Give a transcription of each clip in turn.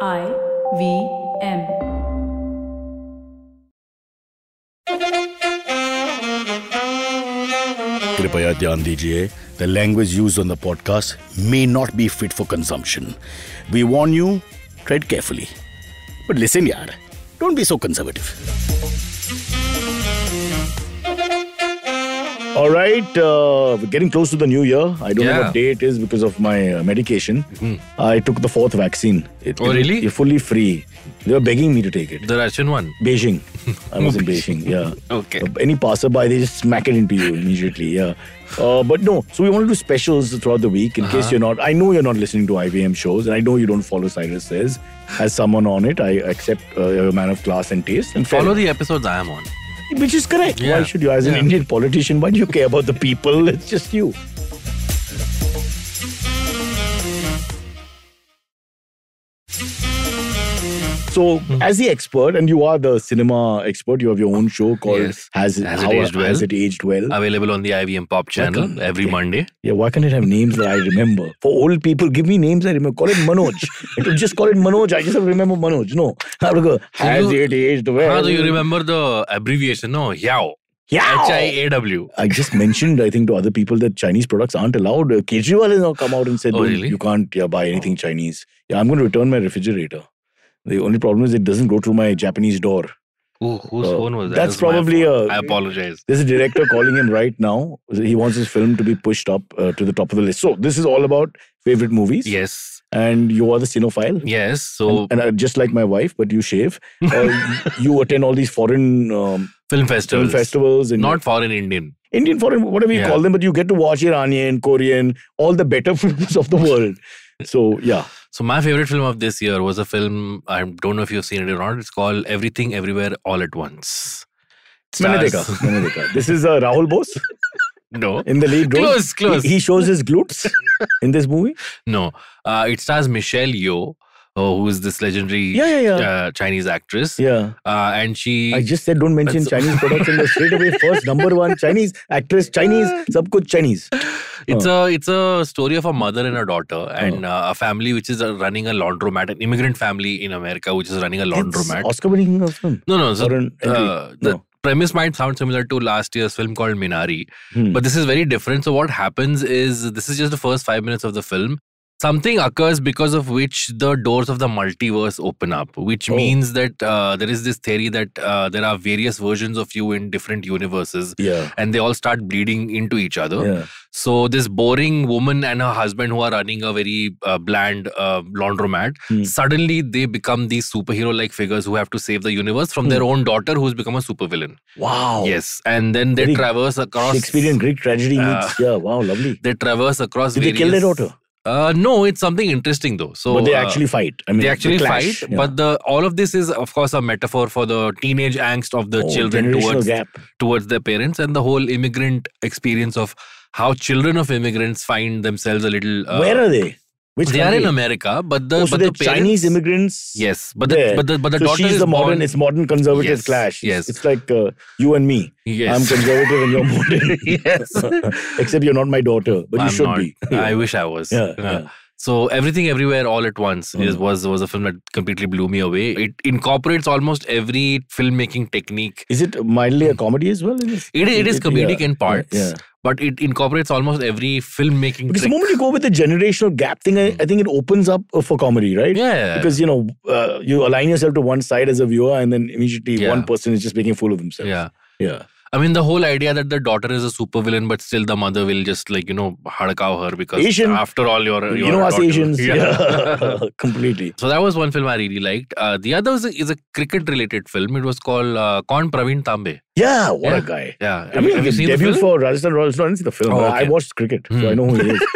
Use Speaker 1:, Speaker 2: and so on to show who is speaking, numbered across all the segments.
Speaker 1: I V M.
Speaker 2: कृपया ध्यान दीजिए the language use on the podcast may not be fit for consumption we warn you tread carefully but listen यार don't be so conservative All right, uh, we're getting close to the new year. I don't know
Speaker 3: Yeah. Hmm.
Speaker 2: what day it is because of my uh, medication. I took the fourth vaccine. It,
Speaker 3: Oh, really?
Speaker 2: You're fully free. They were begging me to take it.
Speaker 3: The Russian one.
Speaker 2: Beijing. I was in Beijing, yeah.
Speaker 3: Okay.
Speaker 2: Uh, Any passerby, they just smack it into you immediately, yeah. Uh, but no, so we want to do specials throughout the week in case you're not. I know you're not listening to IVM shows, and I know you don't follow Cyrus Says. As someone on it, I accept uh, you're a man of class and taste. And fair
Speaker 3: Follow
Speaker 2: enough.
Speaker 3: the episodes I am on.
Speaker 2: Which is correct. Why
Speaker 3: Yeah.
Speaker 2: should you, as an
Speaker 3: Yeah.
Speaker 2: Indian politician, why do you care about the people? It's just you. So,
Speaker 3: Hmm.
Speaker 2: as the expert, and you are the cinema expert, you have your own show called
Speaker 3: Yes.
Speaker 2: Has, It,
Speaker 3: Has It
Speaker 2: How
Speaker 3: Aged
Speaker 2: Has
Speaker 3: Well? Uh,
Speaker 2: It Aged Well?
Speaker 3: Available on the IVM Pop channel
Speaker 2: Welcome.
Speaker 3: every Monday.
Speaker 2: yeah, why can't it have names that I remember? For old people, give me names I remember. Call it Manoj. It will just call it Manoj. I just have to remember Manoj. No. I have to go, Has
Speaker 3: you-
Speaker 2: It Aged Well?
Speaker 3: How do you remember the abbreviation? No, Yao.
Speaker 2: Yeah.
Speaker 3: H I A W.
Speaker 2: I just mentioned, I think, to other people that Chinese products aren't allowed. Uh, Kejriwal has now come out and said,
Speaker 3: Oh,
Speaker 2: "Don't-
Speaker 3: really? Oh.
Speaker 2: you can't yeah, buy anything Chinese. Yeah, I'm going to return my refrigerator. The only problem is it doesn't go through my Japanese door.
Speaker 3: Who, whose
Speaker 2: Oh,
Speaker 3: phone was that?
Speaker 2: that's
Speaker 3: It was my
Speaker 2: probably
Speaker 3: phone.
Speaker 2: a-
Speaker 3: I apologize.
Speaker 2: There's a director calling him right now. He wants his film to be pushed up uh, to the top of the list. So this is all about favorite movies.
Speaker 3: Yes.
Speaker 2: And you are the cinephile.
Speaker 3: Yes. So,
Speaker 2: And, and uh, just like my wife, but you shave. Uh, you attend all these foreign um,
Speaker 3: film
Speaker 2: film
Speaker 3: festivals.
Speaker 2: festivals. And
Speaker 3: Not foreign Indian.
Speaker 2: Indian foreign, whatever you
Speaker 3: Yeah.
Speaker 2: call them, but you get to watch Iranian, Korean, all the better films of the world. So yeah,
Speaker 3: So, my favorite film of this year was a film. I don't know if you've seen it or not. It's called Everything Everywhere All at Once. It
Speaker 2: मैंने
Speaker 3: stars-
Speaker 2: देखा, मैंने देखा. This is uh, Rahul Bose
Speaker 3: No.
Speaker 2: in the lead role.
Speaker 3: Close, close.
Speaker 2: He, he shows his glutes in this movie.
Speaker 3: No, uh, it stars Michelle Yeoh, oh, who is this legendary
Speaker 2: Yeah, yeah, yeah.
Speaker 3: uh, Chinese actress,
Speaker 2: Yeah,
Speaker 3: uh, and she.
Speaker 2: I just said don't mention
Speaker 3: That's-
Speaker 2: Chinese products and straight away first number one Chinese actress Chinese सब कुछ Chinese.
Speaker 3: it's a it's a story of a mother and a daughter
Speaker 2: Oh.
Speaker 3: and uh, a family which is uh, running a laundromat, an immigrant family in America which is running a laundromat.
Speaker 2: Oscar winning uh, film.
Speaker 3: No, no, so,
Speaker 2: Or an entry.
Speaker 3: uh, the
Speaker 2: No.
Speaker 3: premise might sound similar to last year's film called Minari,
Speaker 2: Hmm.
Speaker 3: but this is very different. So what happens is this is just the first five minutes of the film. Something occurs because of which the doors of the multiverse open up, which
Speaker 2: Oh.
Speaker 3: means that uh, there is this theory that uh, there are various versions of you in different universes,
Speaker 2: yeah,
Speaker 3: and they all start bleeding into each other.
Speaker 2: yeah.
Speaker 3: So this boring woman and her husband, who are running a very uh, bland uh, laundromat,
Speaker 2: Hmm.
Speaker 3: suddenly they become these superhero-like figures who have to save the universe from
Speaker 2: Hmm.
Speaker 3: their own daughter, who's become a supervillain.
Speaker 2: Wow.
Speaker 3: Yes, and then they
Speaker 2: Oh. Very
Speaker 3: traverse across
Speaker 2: Shakespearean Greek tragedy meets. yeah. Wow. Lovely.
Speaker 3: They traverse across.
Speaker 2: Ah. Did they kill their
Speaker 3: various-
Speaker 2: daughter?
Speaker 3: Uh, no, it's something interesting though. So
Speaker 2: but they
Speaker 3: uh,
Speaker 2: actually fight. I mean,
Speaker 3: they actually
Speaker 2: clash.
Speaker 3: fight,
Speaker 2: Yeah.
Speaker 3: but the all of this is of course a metaphor for the teenage angst of the
Speaker 2: Oh,
Speaker 3: children
Speaker 2: generational
Speaker 3: towards
Speaker 2: gap.
Speaker 3: towards their parents and the whole immigrant experience of how children of immigrants find themselves a little. Uh,
Speaker 2: Where are they? Which
Speaker 3: they are in
Speaker 2: country?
Speaker 3: America, but the
Speaker 2: Oh,
Speaker 3: but
Speaker 2: so
Speaker 3: the
Speaker 2: they're
Speaker 3: parents,
Speaker 2: Chinese immigrants.
Speaker 3: Yes, but the
Speaker 2: there.
Speaker 3: but the but the
Speaker 2: so
Speaker 3: daughter
Speaker 2: she's
Speaker 3: is
Speaker 2: the modern.
Speaker 3: born-
Speaker 2: It's modern conservative
Speaker 3: Yes,
Speaker 2: clash. It's-
Speaker 3: yes.
Speaker 2: It's like uh, you and me.
Speaker 3: yes.
Speaker 2: I'm conservative and you're modern.
Speaker 3: yes,
Speaker 2: Except you're not my daughter, but you
Speaker 3: I'm
Speaker 2: should
Speaker 3: not.
Speaker 2: be.
Speaker 3: I wish I was.
Speaker 2: Yeah,
Speaker 3: Uh,
Speaker 2: yeah.
Speaker 3: So everything, everywhere, all at once is,
Speaker 2: Mm.
Speaker 3: was was a film that completely blew me away. It incorporates almost every filmmaking technique.
Speaker 2: Is it mildly a comedy as well? in this?
Speaker 3: Hmm. It, it is comedic
Speaker 2: yeah,
Speaker 3: in parts,
Speaker 2: Yeah.
Speaker 3: but it incorporates almost every filmmaking
Speaker 2: Because the
Speaker 3: trick.
Speaker 2: moment you go with the generational gap thing, I, I think it opens up uh, for comedy, right?
Speaker 3: Hmm. yeah,
Speaker 2: Because you know uh, you align yourself to one side as a viewer, and then immediately
Speaker 3: Yeah.
Speaker 2: one person is just making a fool of themselves.
Speaker 3: yeah. Uh,
Speaker 2: yeah.
Speaker 3: I mean, the whole idea that the daughter is a supervillain, but still the mother will just like you know hardcow her because
Speaker 2: Asian.
Speaker 3: after all, you're, you're
Speaker 2: you know
Speaker 3: a
Speaker 2: us
Speaker 3: daughter.
Speaker 2: Asians,
Speaker 3: Yeah.
Speaker 2: yeah, completely.
Speaker 3: So that was one film I really liked. Uh, the other was a, is a cricket-related film. It was called uh, Con Praveen Tambe.
Speaker 2: Yeah, what a
Speaker 3: Yeah.
Speaker 2: guy.
Speaker 3: Yeah,
Speaker 2: I mean,
Speaker 3: have you
Speaker 2: his
Speaker 3: seen the
Speaker 2: debut
Speaker 3: film?
Speaker 2: for Rajasthan Royals. No, I didn't see the film.
Speaker 3: Oh,
Speaker 2: but I
Speaker 3: okay.
Speaker 2: watched cricket, so I
Speaker 3: Hmm.
Speaker 2: know who he is.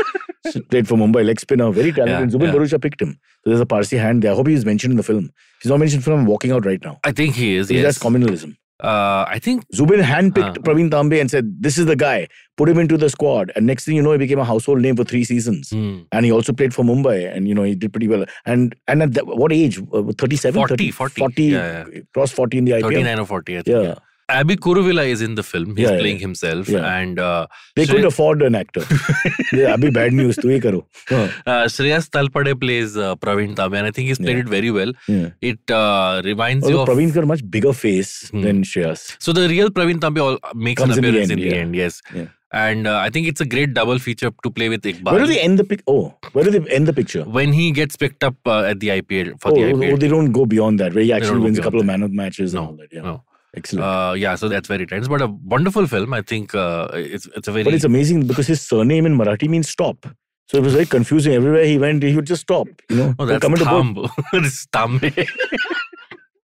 Speaker 2: So, Played for Mumbai, leg spinner, very talented.
Speaker 3: Yeah,
Speaker 2: Zubin
Speaker 3: yeah.
Speaker 2: Borussia picked him. So there's a Parsi hand there. I hope he's mentioned in the film. He's not mentioned in the film. I'm walking out right now.
Speaker 3: I think he is.
Speaker 2: Yes.
Speaker 3: Yes.
Speaker 2: That's communalism.
Speaker 3: Uh, I think
Speaker 2: Zubin handpicked
Speaker 3: Huh.
Speaker 2: Praveen Tambe and said, This is the guy. Put him into the squad. And next thing you know, he became a household name for three seasons.
Speaker 3: hmm,
Speaker 2: And he also played for Mumbai, and you know he did pretty well. And and at that, what age? Uh, 37,
Speaker 3: 40,
Speaker 2: 30,
Speaker 3: 40.
Speaker 2: 40,
Speaker 3: Yeah,
Speaker 2: eh, crossed 40 in the IPL.
Speaker 3: 39 or 40. I think,
Speaker 2: Yeah.
Speaker 3: yeah. Abhi Kuruvilla is in the film. He's
Speaker 2: Yeah, yeah,
Speaker 3: playing
Speaker 2: yeah.
Speaker 3: himself,
Speaker 2: Yeah.
Speaker 3: and uh,
Speaker 2: They
Speaker 3: Shre-
Speaker 2: couldn't afford an actor. They- अभी bad news तो ये करो. हाँ,
Speaker 3: uh, Shreyas Talpade plays uh, Praveen Tambe, and I think he's played
Speaker 2: Yeah.
Speaker 3: it very well.
Speaker 2: yeah.
Speaker 3: It uh, reminds you
Speaker 2: Although
Speaker 3: of
Speaker 2: Praveen's got a much bigger face
Speaker 3: Hmm.
Speaker 2: than Shreyas.
Speaker 3: So the real Praveen Tambe all makes
Speaker 2: Comes in
Speaker 3: an
Speaker 2: the
Speaker 3: appearance in
Speaker 2: end,
Speaker 3: the end,
Speaker 2: yeah.
Speaker 3: yes.
Speaker 2: Yeah.
Speaker 3: And uh, I think it's a great double feature to play with Iqbal.
Speaker 2: Where do they end the pic? Oh, where do they end the picture?
Speaker 3: when he gets picked up uh, at the IPL for
Speaker 2: Oh,
Speaker 3: the
Speaker 2: oh,
Speaker 3: IPL.
Speaker 2: oh, they don't go beyond that. Where he actually
Speaker 3: don't go
Speaker 2: wins a
Speaker 3: beyond
Speaker 2: couple of
Speaker 3: that.
Speaker 2: man of matches and
Speaker 3: No,
Speaker 2: all that. Yeah,
Speaker 3: no.
Speaker 2: excellent.
Speaker 3: Uh, yeah, so that's very tense, but a wonderful film. I think uh, it's it's a very
Speaker 2: But it's amazing because his surname in Marathi means stop. So it was very confusing. Everywhere he went, he would just stop. You know,
Speaker 3: oh
Speaker 2: He'd
Speaker 3: that's
Speaker 2: come into board,
Speaker 3: Tamb. it's Tambe.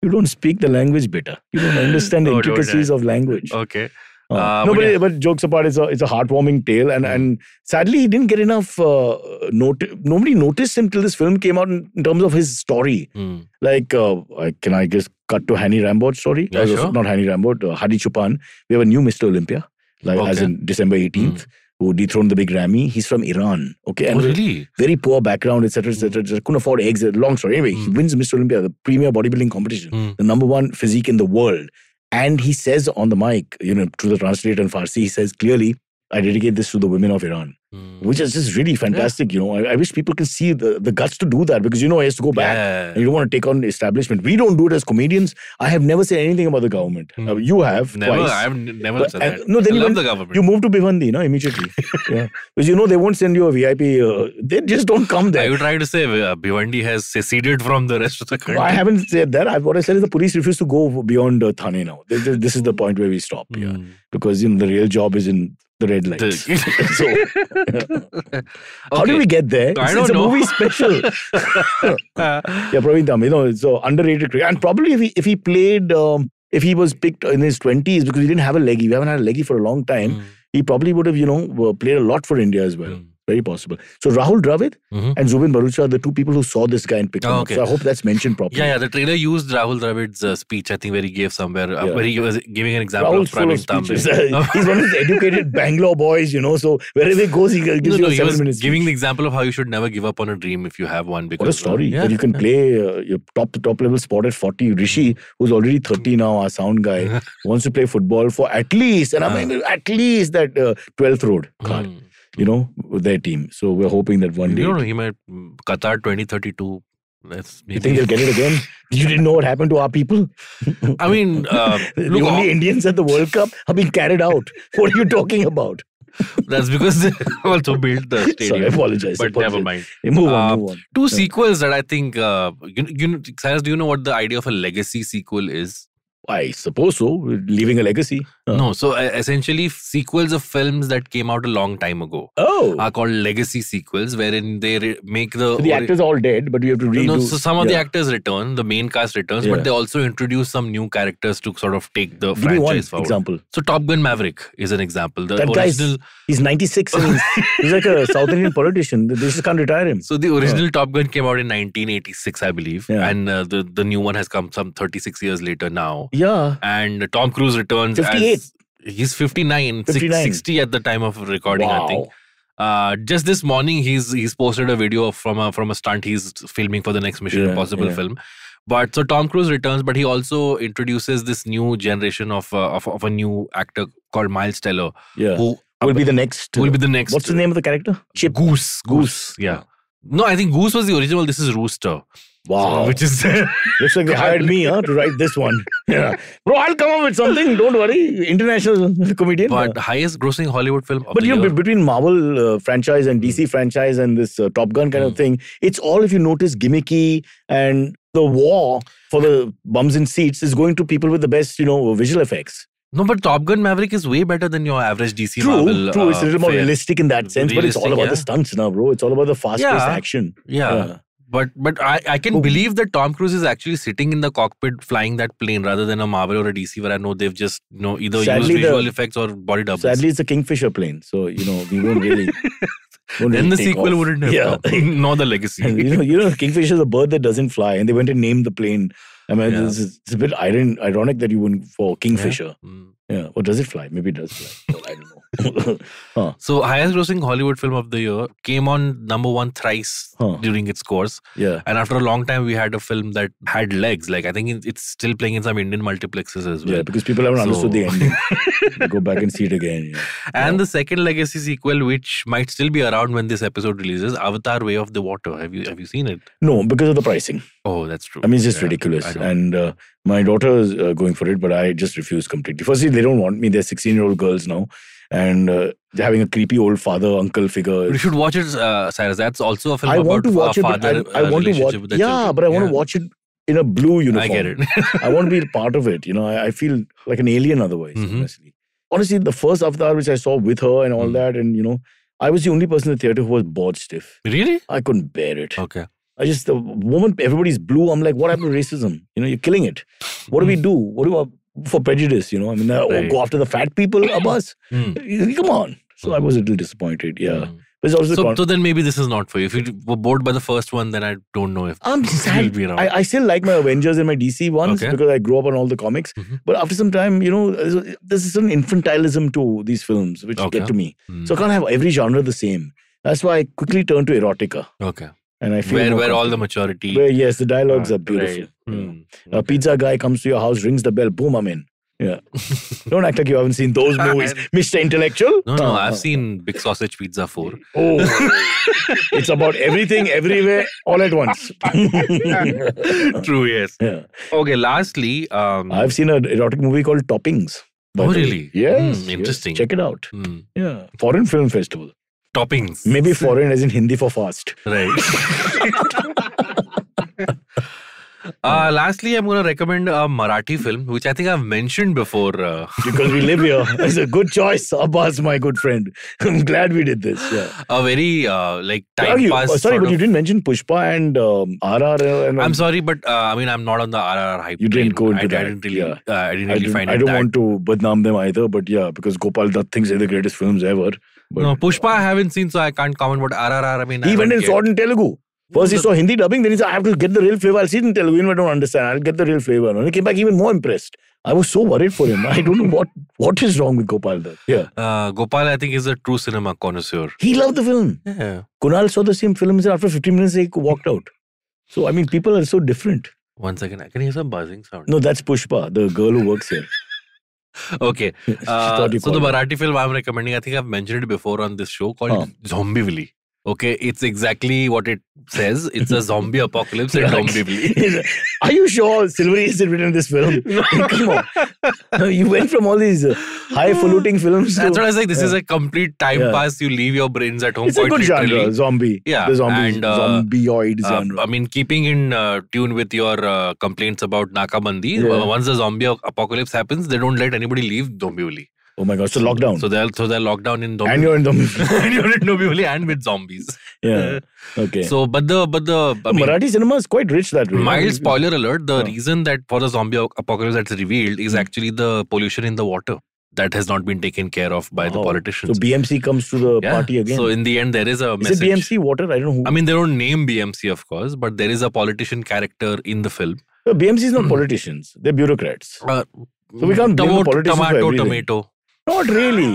Speaker 2: you don't speak the language better. You don't understand the
Speaker 3: No, don't I.
Speaker 2: intricacies of language.
Speaker 3: okay.
Speaker 2: Uh,
Speaker 3: Uh,
Speaker 2: no,
Speaker 3: but
Speaker 2: but,
Speaker 3: yeah. Hmm.
Speaker 2: but jokes apart, it's a it's a heartwarming tale, and and sadly, he didn't get enough uh, note. Nobody noticed him till this film came out in, in terms of his story.
Speaker 3: Hmm.
Speaker 2: Like, uh, I- can I just cut to Hani Rambo's story?
Speaker 3: Yeah,
Speaker 2: Uh,
Speaker 3: sure.
Speaker 2: Not Hani Rambod, uh, Hadi Chupan. We have a new Mr. Olympia, like as
Speaker 3: Okay. Hmm.
Speaker 2: in December 18th, who dethroned the big Ramy. He's from Iran. Okay.
Speaker 3: Oh,
Speaker 2: And
Speaker 3: really?
Speaker 2: Very poor background, etc., etc. etc. Couldn't afford eggs. a Long story. Anyway, he
Speaker 3: Mm.
Speaker 2: wins Mr. Olympia, the premier bodybuilding competition,
Speaker 3: Mm.
Speaker 2: the number one physique in the world. And he says on the mic, you know, to the translator in Farsi, he says clearly, I dedicate this to the women of Iran
Speaker 3: Hmm.
Speaker 2: which is just really fantastic. You know, I, I wish people can see the, the guts to do that because you know he has to go back.
Speaker 3: Yeah.
Speaker 2: And you don't want to take on the establishment. We don't do it as comedians. I have never said anything about the government.
Speaker 3: Hmm.
Speaker 2: Uh, you have
Speaker 3: Never,
Speaker 2: twice.
Speaker 3: I've n- never
Speaker 2: But-
Speaker 3: said
Speaker 2: and-
Speaker 3: that.
Speaker 2: no, then
Speaker 3: I
Speaker 2: you
Speaker 3: love
Speaker 2: went-
Speaker 3: the government.
Speaker 2: you move to Bhiwandi, no, immediately. yeah, because you know they won't send you a VIP. Uh, they just don't come
Speaker 3: Are
Speaker 2: there.
Speaker 3: you trying to say uh, Bhiwandi has seceded from the rest of the country?
Speaker 2: I haven't said that. I, what I said is the police refuse to go beyond uh, Thane now. This, this- this is the point where we stop. Yeah,
Speaker 3: Hmm.
Speaker 2: because you know the real job is in the red
Speaker 3: The-
Speaker 2: lights. so how
Speaker 3: Okay.
Speaker 2: did we get there?
Speaker 3: I
Speaker 2: It's,
Speaker 3: don't
Speaker 2: it's a
Speaker 3: know.
Speaker 2: movie special.
Speaker 3: Uh,
Speaker 2: Yeah, Praveen Dam, you know, so underrated cricket. And probably if he, if he played, um, if he was picked in his 20s, because he didn't have a leggy, we haven't had a leggy for a long time,
Speaker 3: hmm.
Speaker 2: he probably would have, you know, uh, played a lot for India as well.
Speaker 3: Hmm.
Speaker 2: Very possible. So Rahul Dravid
Speaker 3: Mhm.
Speaker 2: and Zubin Barucha are the two people who saw this guy and picked him
Speaker 3: Oh,
Speaker 2: up.
Speaker 3: okay.
Speaker 2: So I hope that's mentioned properly.
Speaker 3: Yeah, yeah. The trailer used Rahul Dravid's uh, speech, I think, where he gave somewhere, uh,
Speaker 2: Yeah.
Speaker 3: where he was giving an example
Speaker 2: Rahul's
Speaker 3: of
Speaker 2: full of
Speaker 3: Praveen Tambe.
Speaker 2: speeches. He's one of those educated Bangalore boys, you know. So wherever he goes, he gives
Speaker 3: no,
Speaker 2: you
Speaker 3: no,
Speaker 2: a
Speaker 3: he
Speaker 2: seven
Speaker 3: was
Speaker 2: minutes.
Speaker 3: giving the example of how you should never give up on a dream if you have one. Because
Speaker 2: What a story!
Speaker 3: Yeah.
Speaker 2: that you can play uh, your top top level sport at forty. Rishi, who's already
Speaker 3: Mm.
Speaker 2: thirty now, our sound guy, wants to play football for at least, and I mean
Speaker 3: Ah.
Speaker 2: at least that uh, twelfth road card.
Speaker 3: Hmm.
Speaker 2: You know their team. So we're hoping that one day.
Speaker 3: You
Speaker 2: You,
Speaker 3: don't know, he might mm, Qatar 2032. That's maybe.
Speaker 2: think they'll get it again? You didn't know what happened to our people.
Speaker 3: I mean, uh,
Speaker 2: The
Speaker 3: look,
Speaker 2: only Indians at the World Cup have been carried out. What are you talking about?
Speaker 3: that's because they also built the stadium.
Speaker 2: Sorry, I apologize.
Speaker 3: But never
Speaker 2: apologize.
Speaker 3: mind.
Speaker 2: Move on.
Speaker 3: Uh,
Speaker 2: move on.
Speaker 3: Two
Speaker 2: Yeah.
Speaker 3: sequels that I think, uh, you, you, know- Cyrus, do you know what the idea of a legacy sequel is?
Speaker 2: I suppose so. Leaving a legacy. Uh,
Speaker 3: No, so uh, essentially, sequels of films that came out a long time ago.
Speaker 2: Oh.
Speaker 3: are called legacy sequels, wherein they re- make the,
Speaker 2: so the
Speaker 3: ori-
Speaker 2: actors are all dead, but we have to redo.
Speaker 3: No, so some of the
Speaker 2: Yeah.
Speaker 3: actors return, the main cast returns,
Speaker 2: Yeah.
Speaker 3: but they also introduce some new characters to sort of take the
Speaker 2: Give me one
Speaker 3: franchise forward.
Speaker 2: example.
Speaker 3: So Top Gun Maverick is an example. The
Speaker 2: That guy's-
Speaker 3: original,
Speaker 2: He's 96 and he's, he's like a South Indian politician. They just can't retire him.
Speaker 3: so the original Top Gun came out in 1986, I believe,
Speaker 2: Yeah.
Speaker 3: and uh, the the new one has come some 36 years later now.
Speaker 2: Yeah.
Speaker 3: And Tom Cruise returns. as-
Speaker 2: 58.
Speaker 3: he's 59, six-
Speaker 2: 59.
Speaker 3: 60 at the time of recording, I think. Uh, just this morning, he's he's posted a video of- from a from a stunt he's filming for the next Mission
Speaker 2: Yeah,
Speaker 3: Impossible
Speaker 2: yeah.
Speaker 3: film. But so Tom Cruise returns, but he also introduces this new generation of uh, of, of a new actor called Miles Teller,
Speaker 2: Yeah.
Speaker 3: who
Speaker 2: Will be the next. uh,
Speaker 3: will be the next.
Speaker 2: What's the name of the character? Chip.
Speaker 3: Goose. Goose.
Speaker 2: Goose.
Speaker 3: Yeah. No, I think Goose was the original. This is Rooster,
Speaker 2: Wow.
Speaker 3: which is
Speaker 2: Looks like they hired me huh, to write this one. Yeah. Bro, I'll come up with something. Don't worry. International comedian.
Speaker 3: but highest grossing Hollywood film. Of
Speaker 2: But
Speaker 3: the
Speaker 2: you know,
Speaker 3: year.
Speaker 2: be- between Marvel uh, franchise and DC franchise and this uh, Top Gun kind of
Speaker 3: Mm.
Speaker 2: thing, it's all, if you notice, gimmicky and the war for the bums in seats is going to people with the best, you know, visual effects.
Speaker 3: no, but Top Gun Maverick is way better than your average DC
Speaker 2: True,
Speaker 3: Marvel.
Speaker 2: true. It's
Speaker 3: uh,
Speaker 2: a little more
Speaker 3: fare.
Speaker 2: realistic in that sense, but it's all
Speaker 3: Realistic,
Speaker 2: about the
Speaker 3: yeah.
Speaker 2: stunts now, bro. It's all about the fast-paced
Speaker 3: Yeah.
Speaker 2: action.
Speaker 3: yeah. But but I, I can
Speaker 2: Oh.
Speaker 3: believe that Tom Cruise is actually sitting in the cockpit flying that plane rather than a Marvel or a DC where I know they've just you know either used
Speaker 2: Sadly, the-
Speaker 3: visual effects or body doubles.
Speaker 2: Sadly, it's a Kingfisher plane, so you know we won't really. won't
Speaker 3: then
Speaker 2: really
Speaker 3: the
Speaker 2: take
Speaker 3: sequel
Speaker 2: off.
Speaker 3: wouldn't have
Speaker 2: Yeah.
Speaker 3: come. nor the legacy.
Speaker 2: you know, you know, Kingfisher is a bird that doesn't fly, and they went and named the plane. I mean,
Speaker 3: Yeah.
Speaker 2: this is- it's a bit iron, ironic that you wouldn't for Kingfisher.
Speaker 3: Mm.
Speaker 2: Yeah. Or does it fly? Maybe it does fly. Well, I don't know.
Speaker 3: So, highest grossing Hollywood film of the year came on number one thrice
Speaker 2: Huh.
Speaker 3: during its course.
Speaker 2: yeah.
Speaker 3: And after a long time, we had a film that had legs. Like, I think it- it's still playing in some Indian multiplexes as well.
Speaker 2: Yeah, because people haven't understood the
Speaker 3: So-
Speaker 2: ending. Go back and see it again. Yeah.
Speaker 3: And the second legacy sequel, which might still be around when this episode releases, Avatar: Way of the Water. Have you have you seen it?
Speaker 2: No, because of the pricing.
Speaker 3: Oh, that's true.
Speaker 2: I mean, it's just
Speaker 3: Yeah,
Speaker 2: ridiculous.
Speaker 3: I don't-
Speaker 2: And uh, my daughter is uh, going for it, but I just refuse completely. Firstly, they don't want me. They're 16 year old girls now. And uh, they're having a creepy old father, uncle figure.
Speaker 3: you should watch it, uh, Cyrus. That's also a film
Speaker 2: I
Speaker 3: about
Speaker 2: want to watch
Speaker 3: a
Speaker 2: it, but
Speaker 3: father.
Speaker 2: I, I want to
Speaker 3: uh,
Speaker 2: watch.
Speaker 3: relationship with
Speaker 2: Yeah,
Speaker 3: the children.
Speaker 2: but I want
Speaker 3: Yeah.
Speaker 2: to watch it in a blue uniform.
Speaker 3: I get it.
Speaker 2: I want to be part of it. You know, I, I feel like an alien otherwise,
Speaker 3: Mhm.
Speaker 2: honestly. Honestly, the first avatar which I saw with her and all
Speaker 3: Mm.
Speaker 2: that, and you know, I was the only person in the theater who was bored stiff.
Speaker 3: really?
Speaker 2: I couldn't bear it.
Speaker 3: Okay.
Speaker 2: I just the moment everybody's blue, I'm like, what happened to racism? You know, you're killing it. What do we do? What do I for prejudice? You know, I mean, uh,
Speaker 3: Hmm. Right.
Speaker 2: go after the fat people, Abbas.
Speaker 3: Hmm.
Speaker 2: Come on. So I was a little disappointed. Yeah,
Speaker 3: Hmm.
Speaker 2: but it's also the
Speaker 3: So,
Speaker 2: con-
Speaker 3: so then maybe this is not for you. If you d- were bored by the first one, then I don't know if
Speaker 2: I'm
Speaker 3: you'll
Speaker 2: sad.
Speaker 3: be around.
Speaker 2: I, I still like my Avengers and my DC ones
Speaker 3: Okay.
Speaker 2: because I grew up on all the comics.
Speaker 3: Mhm.
Speaker 2: But after some time, you know, there's- there's some infantilism to these films which
Speaker 3: Okay.
Speaker 2: get to me.
Speaker 3: Hmm.
Speaker 2: So I can't have every genre the same. That's why I quickly turn to erotica,
Speaker 3: okay.
Speaker 2: and I feel
Speaker 3: Where
Speaker 2: more
Speaker 3: where all the
Speaker 2: comfortable.
Speaker 3: maturity.
Speaker 2: where yes, the dialogues
Speaker 3: Uh,
Speaker 2: are beautiful.
Speaker 3: right.
Speaker 2: you know.
Speaker 3: Hmm.
Speaker 2: A pizza guy comes to your house, rings the bell, boom, I'm in. Yeah. Don't act like you haven't seen those movies, Mr. Intellectual.
Speaker 3: No, no,
Speaker 2: Uh,
Speaker 3: I've
Speaker 2: uh.
Speaker 3: seen Big Sausage Pizza 4.
Speaker 2: Oh, it's about everything, everywhere, all at once.
Speaker 3: True, yes.
Speaker 2: yeah.
Speaker 3: Okay, lastly, um,
Speaker 2: I've seen an erotic movie called Toppings. by
Speaker 3: Oh,
Speaker 2: the way.
Speaker 3: really?
Speaker 2: Yes.
Speaker 3: Hmm,
Speaker 2: yes.
Speaker 3: interesting.
Speaker 2: Check it out.
Speaker 3: hmm,
Speaker 2: Yeah. Foreign Film Festival.
Speaker 3: toppings.
Speaker 2: Maybe foreign as in Hindi for fast.
Speaker 3: Right. uh, lastly, I'm going to recommend a Marathi film, which I think I've mentioned before. Uh,
Speaker 2: Because we live here. It's a good choice, Abbas, my good friend. I'm glad we did this. Yeah.
Speaker 3: a very uh, like
Speaker 2: Are
Speaker 3: time
Speaker 2: you-
Speaker 3: pass.
Speaker 2: oh, sorry,
Speaker 3: sort
Speaker 2: but you
Speaker 3: of-
Speaker 2: didn't mention Pushpa and um, RR. And all.
Speaker 3: I'm sorry, but uh, I mean, I'm not on the RRR hype.
Speaker 2: You didn't go
Speaker 3: train.
Speaker 2: into
Speaker 3: I,
Speaker 2: that,
Speaker 3: I didn't really.
Speaker 2: yeah.
Speaker 3: Uh, I didn't
Speaker 2: I
Speaker 3: really
Speaker 2: don't,
Speaker 3: find
Speaker 2: I
Speaker 3: it
Speaker 2: don't
Speaker 3: that.
Speaker 2: want to badnam them either, but yeah, because Gopal Dutt thinks they're the greatest films ever. But
Speaker 3: no, Pushpa I haven't seen, so I can't comment. But RRR, I mean, I
Speaker 2: he went
Speaker 3: don't
Speaker 2: and
Speaker 3: get-
Speaker 2: saw it in Telugu. First, he
Speaker 3: No,
Speaker 2: saw Hindi dubbing, then he said, I have to get the real flavor. I'll see it in Telugu, even if I don't understand. I'll get the real flavor. And he came back even more impressed. I was so worried for him. I don't know what what is wrong with Gopal Dutt. Yeah.
Speaker 3: Uh, Gopal, I think, is a true cinema connoisseur.
Speaker 2: He loved the film.
Speaker 3: Yeah.
Speaker 2: Kunal saw the same film and after 15 minutes, he walked out. So, I mean, people are so different.
Speaker 3: One second, I can hear some buzzing sound.
Speaker 2: No, that's Pushpa, the girl who works here.
Speaker 3: Okay.
Speaker 2: She
Speaker 3: Uh,
Speaker 2: thought you
Speaker 3: so the
Speaker 2: called her.
Speaker 3: Marathi film I'm recommending, I think I've mentioned it before on this show called
Speaker 2: Huh.
Speaker 3: Zombieville. Okay, it's exactly what it says. It's a zombie apocalypse and Zombieville.
Speaker 2: Are you sure Silvery isn't written in this film? Come on. You went from all these uh, highfalutin films
Speaker 3: That's
Speaker 2: to.
Speaker 3: what I was like. This is a complete time
Speaker 2: Yeah.
Speaker 3: pass. You leave your brains at home.
Speaker 2: It's a
Speaker 3: quite
Speaker 2: good genre,
Speaker 3: literally.
Speaker 2: zombie.
Speaker 3: Yeah,
Speaker 2: The zombie,
Speaker 3: and, uh,
Speaker 2: zombioid
Speaker 3: Uh,
Speaker 2: genre.
Speaker 3: I mean, keeping in uh, tune with your uh, complaints about Nakabandi,
Speaker 2: Yeah.
Speaker 3: uh, once the zombie ap- apocalypse happens, they don't let anybody leave Zombieville.
Speaker 2: oh my gosh, so lockdown.
Speaker 3: So they're so they're locked down in
Speaker 2: and
Speaker 3: Zombieville.
Speaker 2: you're in the.
Speaker 3: And you're in Zombieville and with zombies.
Speaker 2: yeah. Okay. So,
Speaker 3: So, but the but the I mean,
Speaker 2: Marathi cinema is quite rich that way.
Speaker 3: Mild spoiler alert: the
Speaker 2: Yeah. Hmm.
Speaker 3: reason that for the zombie ap- apocalypse that's revealed is actually the pollution in the water that has not been taken care of by the
Speaker 2: Wow. So
Speaker 3: politicians.
Speaker 2: BMC comes to the
Speaker 3: Yeah.
Speaker 2: party again.
Speaker 3: So in the end, there is a
Speaker 2: is
Speaker 3: message.
Speaker 2: it BMC water? I don't know. Who.
Speaker 3: I mean, they don't name BMC, of course, but there is a politician character in the film.
Speaker 2: No, BMC is
Speaker 3: hmm.
Speaker 2: not politicians. They're bureaucrats.
Speaker 3: Uh,
Speaker 2: So we can't blame the
Speaker 3: tomato,
Speaker 2: politicians for
Speaker 3: tomato,
Speaker 2: everything.
Speaker 3: tomato.
Speaker 2: Not really.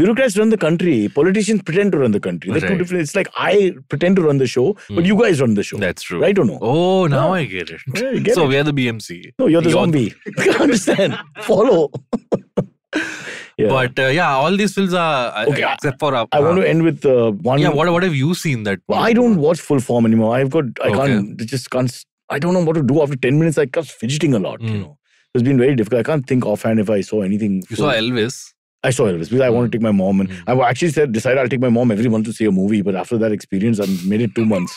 Speaker 2: Bureaucrats run the country. Politicians pretend to run the country. They're two
Speaker 3: Right.
Speaker 2: different. It's like I pretend to run the show, but
Speaker 3: Hmm.
Speaker 2: you guys run the show.
Speaker 3: That's true.
Speaker 2: Right or no?
Speaker 3: Oh, now
Speaker 2: Yeah.
Speaker 3: I get it.
Speaker 2: Yeah, you get
Speaker 3: so
Speaker 2: it.
Speaker 3: we are the BMC.
Speaker 2: No, you're the
Speaker 3: You're-
Speaker 2: zombie. I understand. Follow. yeah.
Speaker 3: But uh, yeah, all these films are uh,
Speaker 2: Okay, I-
Speaker 3: except for. Uh,
Speaker 2: I want to end with uh, one.
Speaker 3: yeah, what what have you seen that?
Speaker 2: Well, I don't watch full form anymore. I've got. I
Speaker 3: Okay.
Speaker 2: can't. Just can't. s- I don't know what to do after ten minutes. I kept fidgeting a lot. You
Speaker 3: Mm.
Speaker 2: know, it's been very difficult. I can't think offhand if I saw anything.
Speaker 3: You
Speaker 2: full.
Speaker 3: saw Elvis.
Speaker 2: I saw Elvis because I want
Speaker 3: Mm.
Speaker 2: to take my mom and
Speaker 3: Mm.
Speaker 2: I actually said decided I'll take my mom every month to see a movie. But after that experience, I made it two months.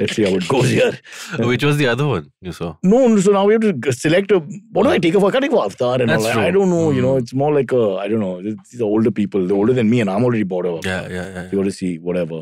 Speaker 2: Let's see how it goes here. Yeah.
Speaker 3: Which was the other one you saw?
Speaker 2: No, no, so now we have to g- select a. What do I take of? I can't take of Avatar and
Speaker 3: That's
Speaker 2: all. that.
Speaker 3: true.
Speaker 2: I don't know. You know,
Speaker 3: Mm.
Speaker 2: it's more like a. I don't know. It's these are older people. They're older than me, and I'm already bored of.
Speaker 3: Yeah, yeah, yeah.
Speaker 2: You got to see whatever.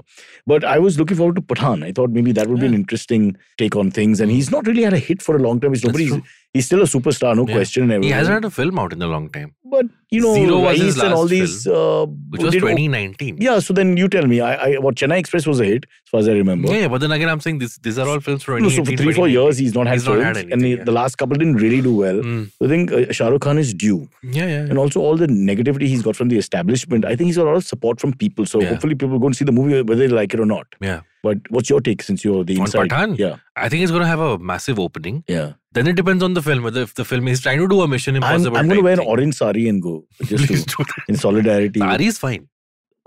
Speaker 2: But I was looking forward to Pathan. I thought maybe that would be an
Speaker 3: Yeah. Hmm.
Speaker 2: interesting take on things. And he's not really had a hit for a long time. He's
Speaker 3: That's
Speaker 2: nobody. He's,
Speaker 3: true.
Speaker 2: he's still a superstar, no
Speaker 3: Yeah.
Speaker 2: question. And
Speaker 3: He
Speaker 2: everything.
Speaker 3: hasn't had a film out in a long time.
Speaker 2: But you know,
Speaker 3: Zero was his
Speaker 2: Rais and
Speaker 3: last
Speaker 2: all these. Uh,
Speaker 3: which was
Speaker 2: did o-
Speaker 3: 2019.
Speaker 2: Yeah, so then you tell me. I, I what Chennai Express was a hit, as far as I remember.
Speaker 3: Yeah, yeah, but then again, I'm saying this, these are all films from
Speaker 2: No, so for three four years he's not had
Speaker 3: He's not
Speaker 2: films,
Speaker 3: had
Speaker 2: and he,
Speaker 3: anything, yeah.
Speaker 2: the last couple didn't really do well.
Speaker 3: Mm.
Speaker 2: So I think uh, Shah Rukh Khan is due,
Speaker 3: Yeah, yeah. yeah.
Speaker 2: and also all the negativity he's got from the establishment. I think he's got a lot of support from people. So
Speaker 3: Yeah.
Speaker 2: hopefully people go and see the movie whether they like it or not.
Speaker 3: Yeah.
Speaker 2: But what's your take since you're the
Speaker 3: On
Speaker 2: inside?
Speaker 3: Pathaan?
Speaker 2: Yeah,
Speaker 3: I think it's going to have a massive opening.
Speaker 2: yeah.
Speaker 3: Then it depends on the film. Whether if the film is trying to do a Mission
Speaker 2: I'm,
Speaker 3: Impossible,
Speaker 2: I'm going to
Speaker 3: type
Speaker 2: wear an
Speaker 3: thing.
Speaker 2: orange sari and go just
Speaker 3: Please
Speaker 2: to,
Speaker 3: do that.
Speaker 2: in solidarity. with-
Speaker 3: Sari is fine.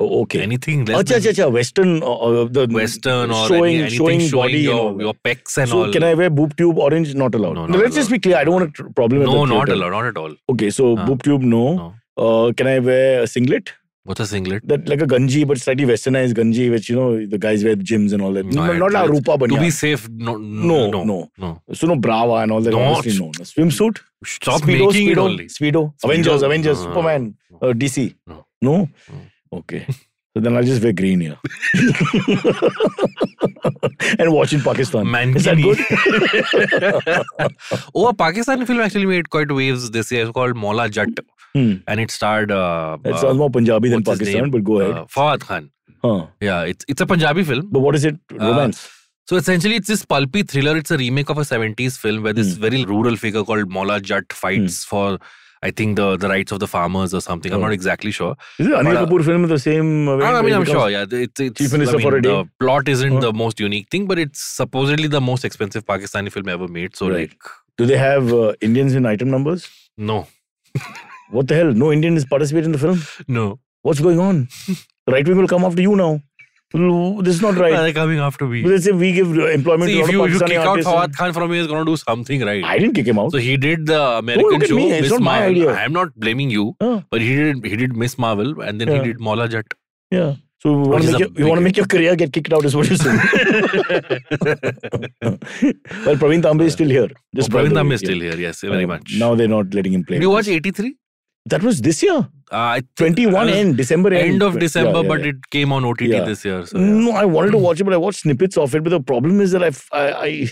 Speaker 2: Oh, okay.
Speaker 3: Anything less
Speaker 2: Acha, acha,
Speaker 3: than
Speaker 2: acha, Western uh, uh, the
Speaker 3: Western or
Speaker 2: showing
Speaker 3: any, anything
Speaker 2: showing
Speaker 3: showing
Speaker 2: body and all
Speaker 3: your,
Speaker 2: that.
Speaker 3: your pecs and
Speaker 2: so
Speaker 3: all.
Speaker 2: can I wear boob tube orange? Not allowed.
Speaker 3: No,
Speaker 2: No,
Speaker 3: not
Speaker 2: let's just be
Speaker 3: allowed.
Speaker 2: clear. I don't want a tr- problem. at
Speaker 3: no,
Speaker 2: the
Speaker 3: not
Speaker 2: theatre.
Speaker 3: allowed. Not at all.
Speaker 2: Okay, so
Speaker 3: Ah.
Speaker 2: boob tube no.
Speaker 3: No.
Speaker 2: Uh, can I wear a singlet?
Speaker 3: What's a singlet?
Speaker 2: That like a ganji, but slightly westernized ganji, which you know the guys wear at gyms and all that.
Speaker 3: No,
Speaker 2: No,
Speaker 3: I-
Speaker 2: not la rupa
Speaker 3: To be
Speaker 2: banya.
Speaker 3: safe, no, no,
Speaker 2: No,
Speaker 3: no.
Speaker 2: no.
Speaker 3: no.
Speaker 2: So no brava and all that.
Speaker 3: No,
Speaker 2: Obviously no. No. Swimsuit.
Speaker 3: Stop
Speaker 2: Speedo,
Speaker 3: making it
Speaker 2: Speedo,
Speaker 3: only.
Speaker 2: Speedo. Avengers,
Speaker 3: Speedo?
Speaker 2: Avengers,
Speaker 3: No, no, no,
Speaker 2: Superman,
Speaker 3: no.
Speaker 2: uh, DC.
Speaker 3: No.
Speaker 2: No.
Speaker 3: No.
Speaker 2: Okay. So then I'll just wear green here and watch in Pakistan. Is that good?
Speaker 3: Mankini. oh, a Pakistani film actually made quite waves this year. It's called Mola Jatt,
Speaker 2: Hmm.
Speaker 3: and it starred uh,
Speaker 2: That
Speaker 3: uh,
Speaker 2: sounds more Punjabi than
Speaker 3: what's his
Speaker 2: Pakistan,
Speaker 3: name?
Speaker 2: but go ahead.
Speaker 3: uh, Fawad Khan.
Speaker 2: huh.
Speaker 3: Yeah, it's it's a Punjabi film.
Speaker 2: But what is it?
Speaker 3: Ah,
Speaker 2: Romance.
Speaker 3: So essentially, it's this pulpy thriller. It's a remake of a 70s film where
Speaker 2: Hmm.
Speaker 3: this very rural figure called Mola Jatt fights for, I think, the, the rights of the farmers or something. I'm
Speaker 2: Oh.
Speaker 3: not exactly sure.
Speaker 2: is it Anil
Speaker 3: but, uh,
Speaker 2: Kapoor film with the same? Uh,
Speaker 3: I
Speaker 2: where
Speaker 3: mean,
Speaker 2: he
Speaker 3: I'm
Speaker 2: becomes-
Speaker 3: sure. Yeah, it's, it's
Speaker 2: Chief Minister
Speaker 3: I mean,
Speaker 2: for a day. Oh.
Speaker 3: The plot isn't
Speaker 2: Huh?
Speaker 3: the most unique thing, but it's supposedly the most expensive Pakistani film ever made. So
Speaker 2: Right.
Speaker 3: like,
Speaker 2: Do they have uh, Indians in item numbers?
Speaker 3: no,
Speaker 2: What the hell? No Indian is participating in the film.
Speaker 3: no,
Speaker 2: What's going on? the right wing will come after you now. L- This is not
Speaker 3: Why are
Speaker 2: right.
Speaker 3: they coming after
Speaker 2: But
Speaker 3: me?
Speaker 2: they say we give uh, employment
Speaker 3: See,
Speaker 2: to a
Speaker 3: if
Speaker 2: lot
Speaker 3: you,
Speaker 2: of
Speaker 3: if you
Speaker 2: Pakistani
Speaker 3: kick out
Speaker 2: artists.
Speaker 3: Fawad Khan from here, he's gonna do something right.
Speaker 2: I didn't kick him out.
Speaker 3: so he did the American
Speaker 2: look at
Speaker 3: show.
Speaker 2: me, it's
Speaker 3: Miss
Speaker 2: not my
Speaker 3: Marvel.
Speaker 2: idea.
Speaker 3: I am not blaming you,
Speaker 2: Huh.
Speaker 3: but he did he did Miss Marvel, and then
Speaker 2: Yeah.
Speaker 3: he did Mola Jatt.
Speaker 2: yeah. So you want
Speaker 3: is
Speaker 2: to make
Speaker 3: a
Speaker 2: your, you
Speaker 3: big
Speaker 2: want to make your career get kicked out is what you're saying. well, Praveen Tambe is still here.
Speaker 3: Just
Speaker 2: Just by
Speaker 3: Praveen
Speaker 2: the
Speaker 3: Dhamma
Speaker 2: way,
Speaker 3: is still here. Yes, very
Speaker 2: Um,
Speaker 3: much.
Speaker 2: Now they're not letting him play.
Speaker 3: Did you watch
Speaker 2: because-
Speaker 3: 83?
Speaker 2: That was this year.
Speaker 3: Uh, I think-
Speaker 2: 21
Speaker 3: I was-
Speaker 2: end, December end.
Speaker 3: End of
Speaker 2: Yeah,
Speaker 3: December,
Speaker 2: yeah,
Speaker 3: but
Speaker 2: yeah.
Speaker 3: it came on OTT
Speaker 2: Yeah. Mm.
Speaker 3: this year. So yeah.
Speaker 2: No, I wanted to watch it, but I watched snippets of it. But the problem is that I, f- I- I-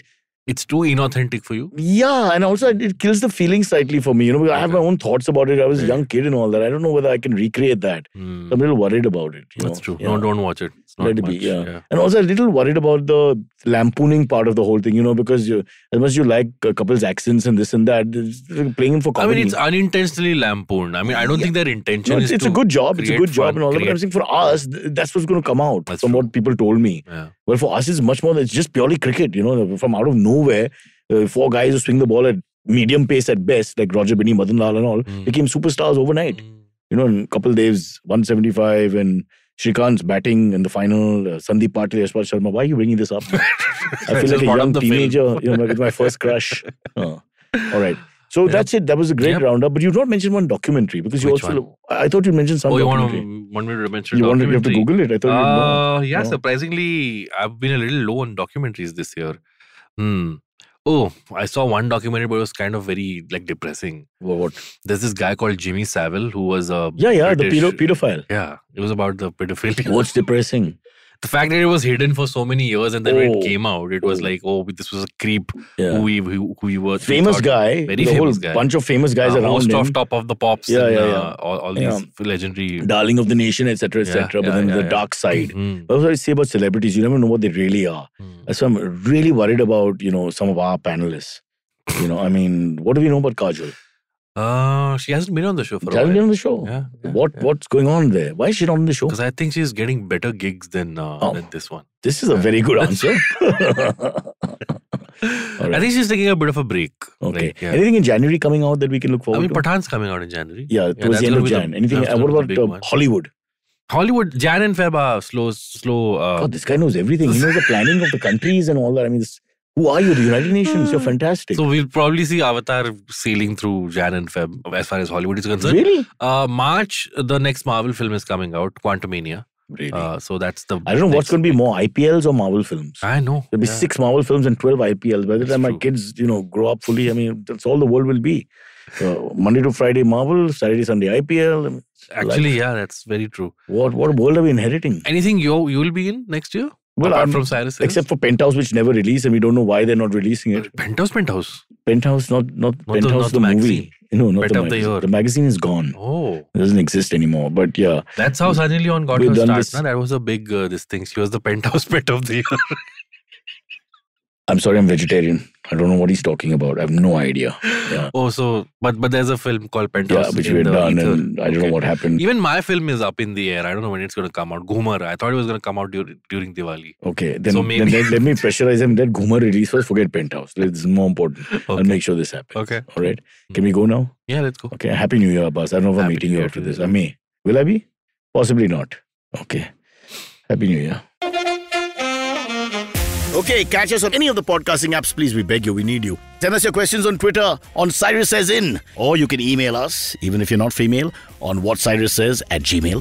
Speaker 3: It's too inauthentic for you.
Speaker 2: yeah, and also it kills the feeling slightly for me. You know, because I have my
Speaker 3: Okay.
Speaker 2: own thoughts about it. I was a
Speaker 3: Yeah.
Speaker 2: young kid and all that. I don't know whether I can recreate that.
Speaker 3: Hmm.
Speaker 2: I'm a little worried about it. you
Speaker 3: That's
Speaker 2: know?
Speaker 3: true.
Speaker 2: Yeah.
Speaker 3: No, don't watch it. It's not
Speaker 2: Let it
Speaker 3: much.
Speaker 2: be, yeah. And also a little worried about the lampooning part of the whole thing. You know, because you, as much as you like a couple's accents and this and that, it's like playing him for
Speaker 3: I
Speaker 2: comedy.
Speaker 3: mean, it's unintentionally lampooned. I mean, I don't
Speaker 2: Yeah.
Speaker 3: think their
Speaker 2: No,
Speaker 3: intention is
Speaker 2: it's, it's a
Speaker 3: to-
Speaker 2: good job. It's a
Speaker 3: create
Speaker 2: good job
Speaker 3: fun,
Speaker 2: and all that. But I'm
Speaker 3: create-
Speaker 2: saying for us, th- that's what's going to come out
Speaker 3: That's
Speaker 2: from
Speaker 3: true.
Speaker 2: what people told me.
Speaker 3: Yeah.
Speaker 2: Well, for us, it's much more. It's just purely cricket. You know, from out of nowhere, uh, four guys who swing the ball at medium pace at best, like Roger Binney, Madan Lal, and all,
Speaker 3: Mm.
Speaker 2: became superstars overnight.
Speaker 3: Mm.
Speaker 2: You know, and Kapil Dev's 175 and Shrikant's batting in the final. Uh, Sandeep Patil, Yashpal Sharma. Why are you bringing this up? I
Speaker 3: It's
Speaker 2: feel like
Speaker 3: just
Speaker 2: a
Speaker 3: part of
Speaker 2: young
Speaker 3: the film.
Speaker 2: teenager. You know, with my first crush. Uh, all right. So
Speaker 3: Yep.
Speaker 2: that's it. That was a great
Speaker 3: Yep.
Speaker 2: roundup. But you've not mentioned one documentary because you
Speaker 3: Which
Speaker 2: also. I thought you mentioned some
Speaker 3: Oh, you want,
Speaker 2: documentary.
Speaker 3: to, want me to mention
Speaker 2: you want to, you have to
Speaker 3: documentary?
Speaker 2: Google it. I thought you'd know.
Speaker 3: Uh, yeah,
Speaker 2: No.
Speaker 3: surprisingly, I've been a little low on documentaries this year. Hmm. Oh, I saw one documentary, but it was kind of very like depressing.
Speaker 2: Well, what?
Speaker 3: There's this guy called Jimmy Savile who was a
Speaker 2: Yeah, yeah,
Speaker 3: British-
Speaker 2: the pedo- pedophile.
Speaker 3: yeah. It was about the pedophilia.
Speaker 2: What's depressing?
Speaker 3: The fact that it was hidden for so many years and then when
Speaker 2: Oh.
Speaker 3: it came out, it was
Speaker 2: Oh.
Speaker 3: like, oh, this was a creep
Speaker 2: Yeah.
Speaker 3: who we who, who we were we
Speaker 2: famous
Speaker 3: thought-
Speaker 2: guy,
Speaker 3: Very
Speaker 2: the whole
Speaker 3: famous guy.
Speaker 2: bunch of famous guys
Speaker 3: uh,
Speaker 2: around
Speaker 3: host
Speaker 2: him,
Speaker 3: of Top of the Pops.
Speaker 2: Yeah,
Speaker 3: and,
Speaker 2: yeah,
Speaker 3: uh,
Speaker 2: yeah.
Speaker 3: All, all
Speaker 2: Yeah.
Speaker 3: these legendary.
Speaker 2: darling of the nation, etc., etc.
Speaker 3: Yeah,
Speaker 2: but
Speaker 3: yeah,
Speaker 2: then
Speaker 3: yeah,
Speaker 2: the
Speaker 3: yeah.
Speaker 2: dark side.
Speaker 3: Mhm.
Speaker 2: That's what I say about celebrities. You never know what they really are.
Speaker 3: Mhm.
Speaker 2: So I'm really worried about you know some of our panelists. You know, I mean, what do we know about Kajol?
Speaker 3: Uh, she hasn't been on the show for a
Speaker 2: Kajol
Speaker 3: while.
Speaker 2: on the show.
Speaker 3: Yeah, yeah,
Speaker 2: what what's going on there? Why is she not on the show?
Speaker 3: Because I think she's getting better gigs than uh,
Speaker 2: Oh.
Speaker 3: than this one.
Speaker 2: This is a very good answer.
Speaker 3: I
Speaker 2: right.
Speaker 3: think she's taking a bit of a break.
Speaker 2: okay.
Speaker 3: Like, yeah.
Speaker 2: Anything in January coming out that we can look
Speaker 3: I
Speaker 2: forward
Speaker 3: mean,
Speaker 2: to?
Speaker 3: Pathan's coming out in January.
Speaker 2: yeah, towards
Speaker 3: that's
Speaker 2: the end
Speaker 3: gonna
Speaker 2: of
Speaker 3: be the-
Speaker 2: Jan. Anything?
Speaker 3: that's
Speaker 2: Uh,
Speaker 3: gonna
Speaker 2: what
Speaker 3: be the big
Speaker 2: about uh,
Speaker 3: one.
Speaker 2: Hollywood?
Speaker 3: Hollywood, Jan and Feb are slow, slow. Uh,
Speaker 2: God, Oh, this guy knows everything. He knows the planning of the countries and all that. I mean, this, who are you? The United Nations? You're fantastic.
Speaker 3: Hmm. so we'll probably see Avatar sailing through Jan and Feb as far as Hollywood is concerned.
Speaker 2: really?
Speaker 3: Uh, March, the next Marvel film is coming out, Quantumania.
Speaker 2: Really?
Speaker 3: Uh, so that's the.
Speaker 2: I don't know what's
Speaker 3: next-
Speaker 2: going to be more IPLs or Marvel films.
Speaker 3: I know.
Speaker 2: There'll be
Speaker 3: yeah.
Speaker 2: six Marvel films and twelve IPLs. By the
Speaker 3: That's
Speaker 2: time my
Speaker 3: true.
Speaker 2: kids, you know, grow up fully, I mean, that's all the world will be. Uh, Monday to Friday Marvel, Saturday Sunday IPL. I mean,
Speaker 3: Actually, yeah, that's very true.
Speaker 2: what what world are we inheriting?
Speaker 3: Anything you you will be in next year?
Speaker 2: Well,
Speaker 3: apart
Speaker 2: I'm-
Speaker 3: from Cyrus, eh? Hills?
Speaker 2: Except for Penthouse, which never released, and we don't know why they're not releasing it.
Speaker 3: Penthouse, Penthouse,
Speaker 2: Penthouse, not not,
Speaker 3: not the,
Speaker 2: Penthouse
Speaker 3: not the,
Speaker 2: the,
Speaker 3: maxi.
Speaker 2: movie. No, not
Speaker 3: Pet
Speaker 2: the
Speaker 3: of the
Speaker 2: magazine.
Speaker 3: year.
Speaker 2: The magazine is gone.
Speaker 3: Oh,
Speaker 2: It doesn't exist anymore. But yeah,
Speaker 3: that's how Sunny Leon got
Speaker 2: We've
Speaker 3: her
Speaker 2: done
Speaker 3: start.
Speaker 2: this-
Speaker 3: na? That was a big uh, this thing. She was the penthouse pet of the year.
Speaker 2: I'm sorry, I'm vegetarian. I don't know what he's talking about. I have no idea. Yeah,
Speaker 3: Oh, so but but there's a film called Penthouse.
Speaker 2: yeah which
Speaker 3: in
Speaker 2: we had
Speaker 3: the
Speaker 2: done,
Speaker 3: ether.
Speaker 2: and I don't
Speaker 3: Okay.
Speaker 2: know what happened.
Speaker 3: Even my film is up in the air. I don't know when it's going to come out. Goomer. I thought it was going to come out during, during Diwali.
Speaker 2: Okay, then,
Speaker 3: So
Speaker 2: then
Speaker 3: maybe-
Speaker 2: let, let me pressurize him. Let Goomer release first. Forget Penthouse. This is more important. I'll
Speaker 3: Okay.
Speaker 2: make sure this happens.
Speaker 3: Okay. Mm.
Speaker 2: All right. Can we go now?
Speaker 3: Yeah, let's go.
Speaker 2: Okay. Happy New Year, Abbas. I don't know if I'm
Speaker 3: Happy
Speaker 2: meeting
Speaker 3: New
Speaker 2: you
Speaker 3: Year
Speaker 2: after
Speaker 3: to
Speaker 2: this.
Speaker 3: you.
Speaker 2: I may. Will I be? Possibly not. Okay. Happy New Year. Okay, catch us on any of the podcasting apps, please. We beg you, we need you. Send us your questions on Twitter on Cyrus Says In, or you can email us, even if you're not female, on what Cyrus says at gmail.com.